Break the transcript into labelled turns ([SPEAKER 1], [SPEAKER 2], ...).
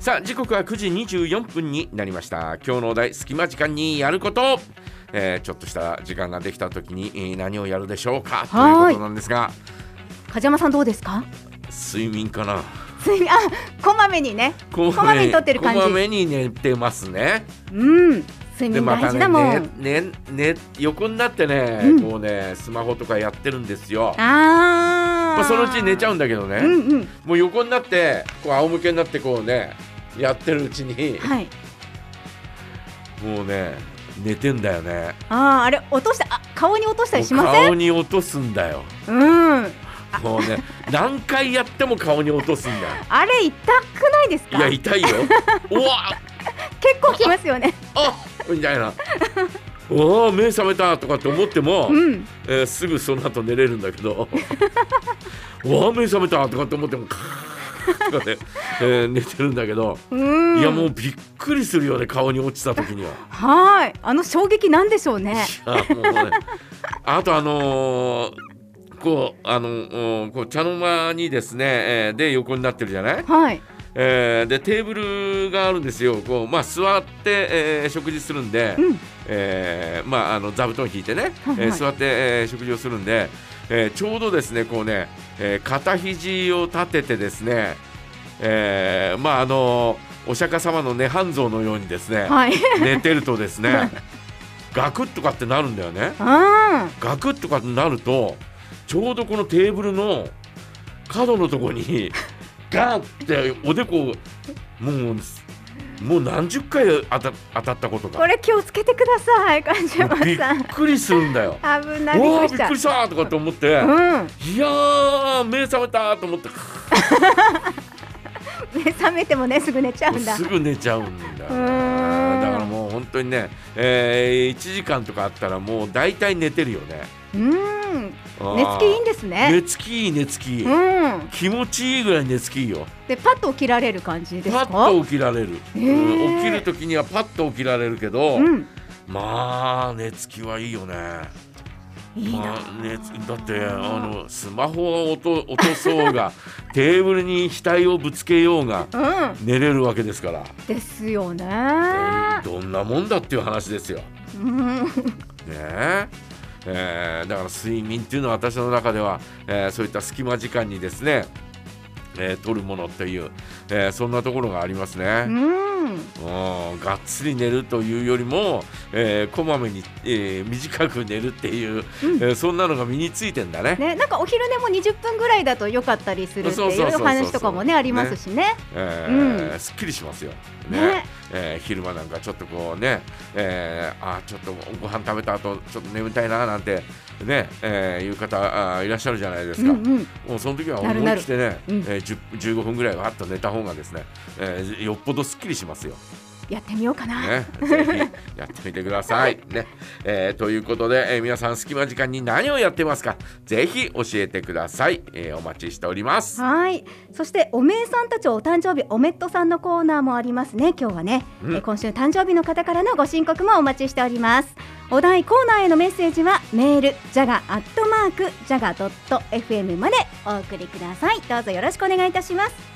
[SPEAKER 1] さあ時刻は9時24分になりました今日のお題隙間時間にやること、えーちょっとした時間ができた時にえー何をやるでしょうかと
[SPEAKER 2] は
[SPEAKER 1] い
[SPEAKER 2] ーい
[SPEAKER 1] うことなんですが
[SPEAKER 2] 梶山さんどうですか？
[SPEAKER 1] 睡眠かな
[SPEAKER 2] 睡眠あこまめにね。
[SPEAKER 1] こ
[SPEAKER 2] こまめに取ってる感じ
[SPEAKER 1] こまめに寝てますね
[SPEAKER 2] うん。
[SPEAKER 1] で
[SPEAKER 2] 睡眠
[SPEAKER 1] ま
[SPEAKER 2] 大
[SPEAKER 1] た
[SPEAKER 2] 事
[SPEAKER 1] ね
[SPEAKER 2] だもん。
[SPEAKER 1] ねねね横になってね、
[SPEAKER 2] うん
[SPEAKER 1] こうねスマホとかやってるんですよ
[SPEAKER 2] ああ。
[SPEAKER 1] まあ、そのうち寝ちゃうんだけどね、
[SPEAKER 2] うんうん。
[SPEAKER 1] もう横になってこう仰向けになってこうねやってるうちに、
[SPEAKER 2] はい。
[SPEAKER 1] もうね寝てんだよね
[SPEAKER 2] あああれ落としたあ顔に落としたりし
[SPEAKER 1] もう
[SPEAKER 2] ません？
[SPEAKER 1] 顔に落とすんだよ
[SPEAKER 2] うん。
[SPEAKER 1] もうね 何回やっても顔に落とすんだよ
[SPEAKER 2] あれ痛くないです
[SPEAKER 1] い
[SPEAKER 2] か？
[SPEAKER 1] や
[SPEAKER 2] 結
[SPEAKER 1] 痛いようわ
[SPEAKER 2] 構きますよね。
[SPEAKER 1] あみたいなおお目覚めたとかって思っても、
[SPEAKER 2] うん。
[SPEAKER 1] えーすぐその後寝れるんだけ どおお目覚めたとかって思ってもカーッとか ね、えー寝てるんだけど、
[SPEAKER 2] うん。
[SPEAKER 1] いやもうびっくりするよね顔に落ちた時には。
[SPEAKER 2] はーい。あの衝撃なんでしょうね。
[SPEAKER 1] いやもうねあとあのーこうあのーこう茶の間にですね、えーで横になってるじゃない、
[SPEAKER 2] はい。
[SPEAKER 1] えーでテーブルがあるんですよこう、まあ、座って、えー食事するんで、
[SPEAKER 2] うん。
[SPEAKER 1] えーまあ、あの座布団引いてね、
[SPEAKER 2] はいはい
[SPEAKER 1] えー座って、えー食事をするんで、えーちょうどですねこうね、えー肩肘を立ててですね、えーまああのーお釈迦様の涅槃像のようにですね、
[SPEAKER 2] はい。
[SPEAKER 1] 寝てるとですねガクッとかってなるんだよね
[SPEAKER 2] あ
[SPEAKER 1] ガクッとかってなるとちょうどこのテーブルの角のとこに ガーっておでこをもうもう何十回当た当たったこと
[SPEAKER 2] あ。こ
[SPEAKER 1] が
[SPEAKER 2] れ気をつけてください、梶
[SPEAKER 1] も
[SPEAKER 2] 山
[SPEAKER 1] うびっ
[SPEAKER 2] さん。。
[SPEAKER 1] くりするんだよ
[SPEAKER 2] 危ない。びっ
[SPEAKER 1] お
[SPEAKER 2] く
[SPEAKER 1] おび
[SPEAKER 2] りし
[SPEAKER 1] っくりしたとかって思って、
[SPEAKER 2] た。うん。
[SPEAKER 1] いやー目覚めたと思って
[SPEAKER 2] 目覚めてもねすぐ寝ちゃうんだ
[SPEAKER 1] す。ぐ寝ちゃうんだよ
[SPEAKER 2] う
[SPEAKER 1] な
[SPEAKER 2] ーん
[SPEAKER 1] だからもう本当にね、えー、1時間とかあったらもう大体寝てるよね
[SPEAKER 2] うん。
[SPEAKER 1] あー
[SPEAKER 2] 寝つきいいんですね。
[SPEAKER 1] 寝つきいい寝つきいい、
[SPEAKER 2] うん。
[SPEAKER 1] 気持ちいいぐらい寝つきいいよ
[SPEAKER 2] でパッと起きられる感じです
[SPEAKER 1] パ
[SPEAKER 2] か？
[SPEAKER 1] ッと起きられる、
[SPEAKER 2] へー
[SPEAKER 1] うん起きる時にはパッと起きられるけど、
[SPEAKER 2] うん。
[SPEAKER 1] まあ寝つきはいいよね
[SPEAKER 2] いい
[SPEAKER 1] ま
[SPEAKER 2] な。
[SPEAKER 1] あ、ね、だってあのスマホを落と落とそう がテーブルに額をぶつけようが
[SPEAKER 2] うん。
[SPEAKER 1] 寝れるわけですから、
[SPEAKER 2] ですよね。
[SPEAKER 1] どんなもんだっていう話ですよ。ね
[SPEAKER 2] うん。
[SPEAKER 1] ええーだから睡眠っていうのは私の中では、えーそういった隙間時間にですね、えー取るものっていう、えーそんなところがありますね。
[SPEAKER 2] うん。
[SPEAKER 1] うんがっつり寝るというよりも、えーこまめに、えー短く寝るっていう、えーそんなのが身についてんだね。
[SPEAKER 2] ね、なんかお昼寝も20分ぐらいだと良かったりするって
[SPEAKER 1] そうそうそう
[SPEAKER 2] い
[SPEAKER 1] そうう
[SPEAKER 2] お話とかもねありますしね。
[SPEAKER 1] えーすっきりしますよ。ね
[SPEAKER 2] ね
[SPEAKER 1] えー昼間なんかちょっとこうね、えー、あーちょっとご飯食べた後ちょっと眠たいななんてね、えーいう方あーいらっしゃるじゃないです
[SPEAKER 2] うん
[SPEAKER 1] か。
[SPEAKER 2] うん。
[SPEAKER 1] もうその時は思
[SPEAKER 2] なるないる
[SPEAKER 1] 切ってね、
[SPEAKER 2] うん
[SPEAKER 1] えー、10 15分ぐらいわっと寝た方がですね、えーよっぽどすっきりしますよ。
[SPEAKER 2] やってみようかな。
[SPEAKER 1] ね、ぜひやってみてください。ねえーということで、えー皆さん隙間時間に何をやってますかぜひ教えてください、えーお待ちしております。
[SPEAKER 2] はい。そしておめえさんたちお誕生日おめっとさんのコーナーもありますね。今日はね、
[SPEAKER 1] うん
[SPEAKER 2] え今週誕生日の方からのご申告もお待ちしております。お題コーナーへのメッセージはメールジャガアットマークジャガドット FM までお送りください。どうぞよろしくお願いいたします。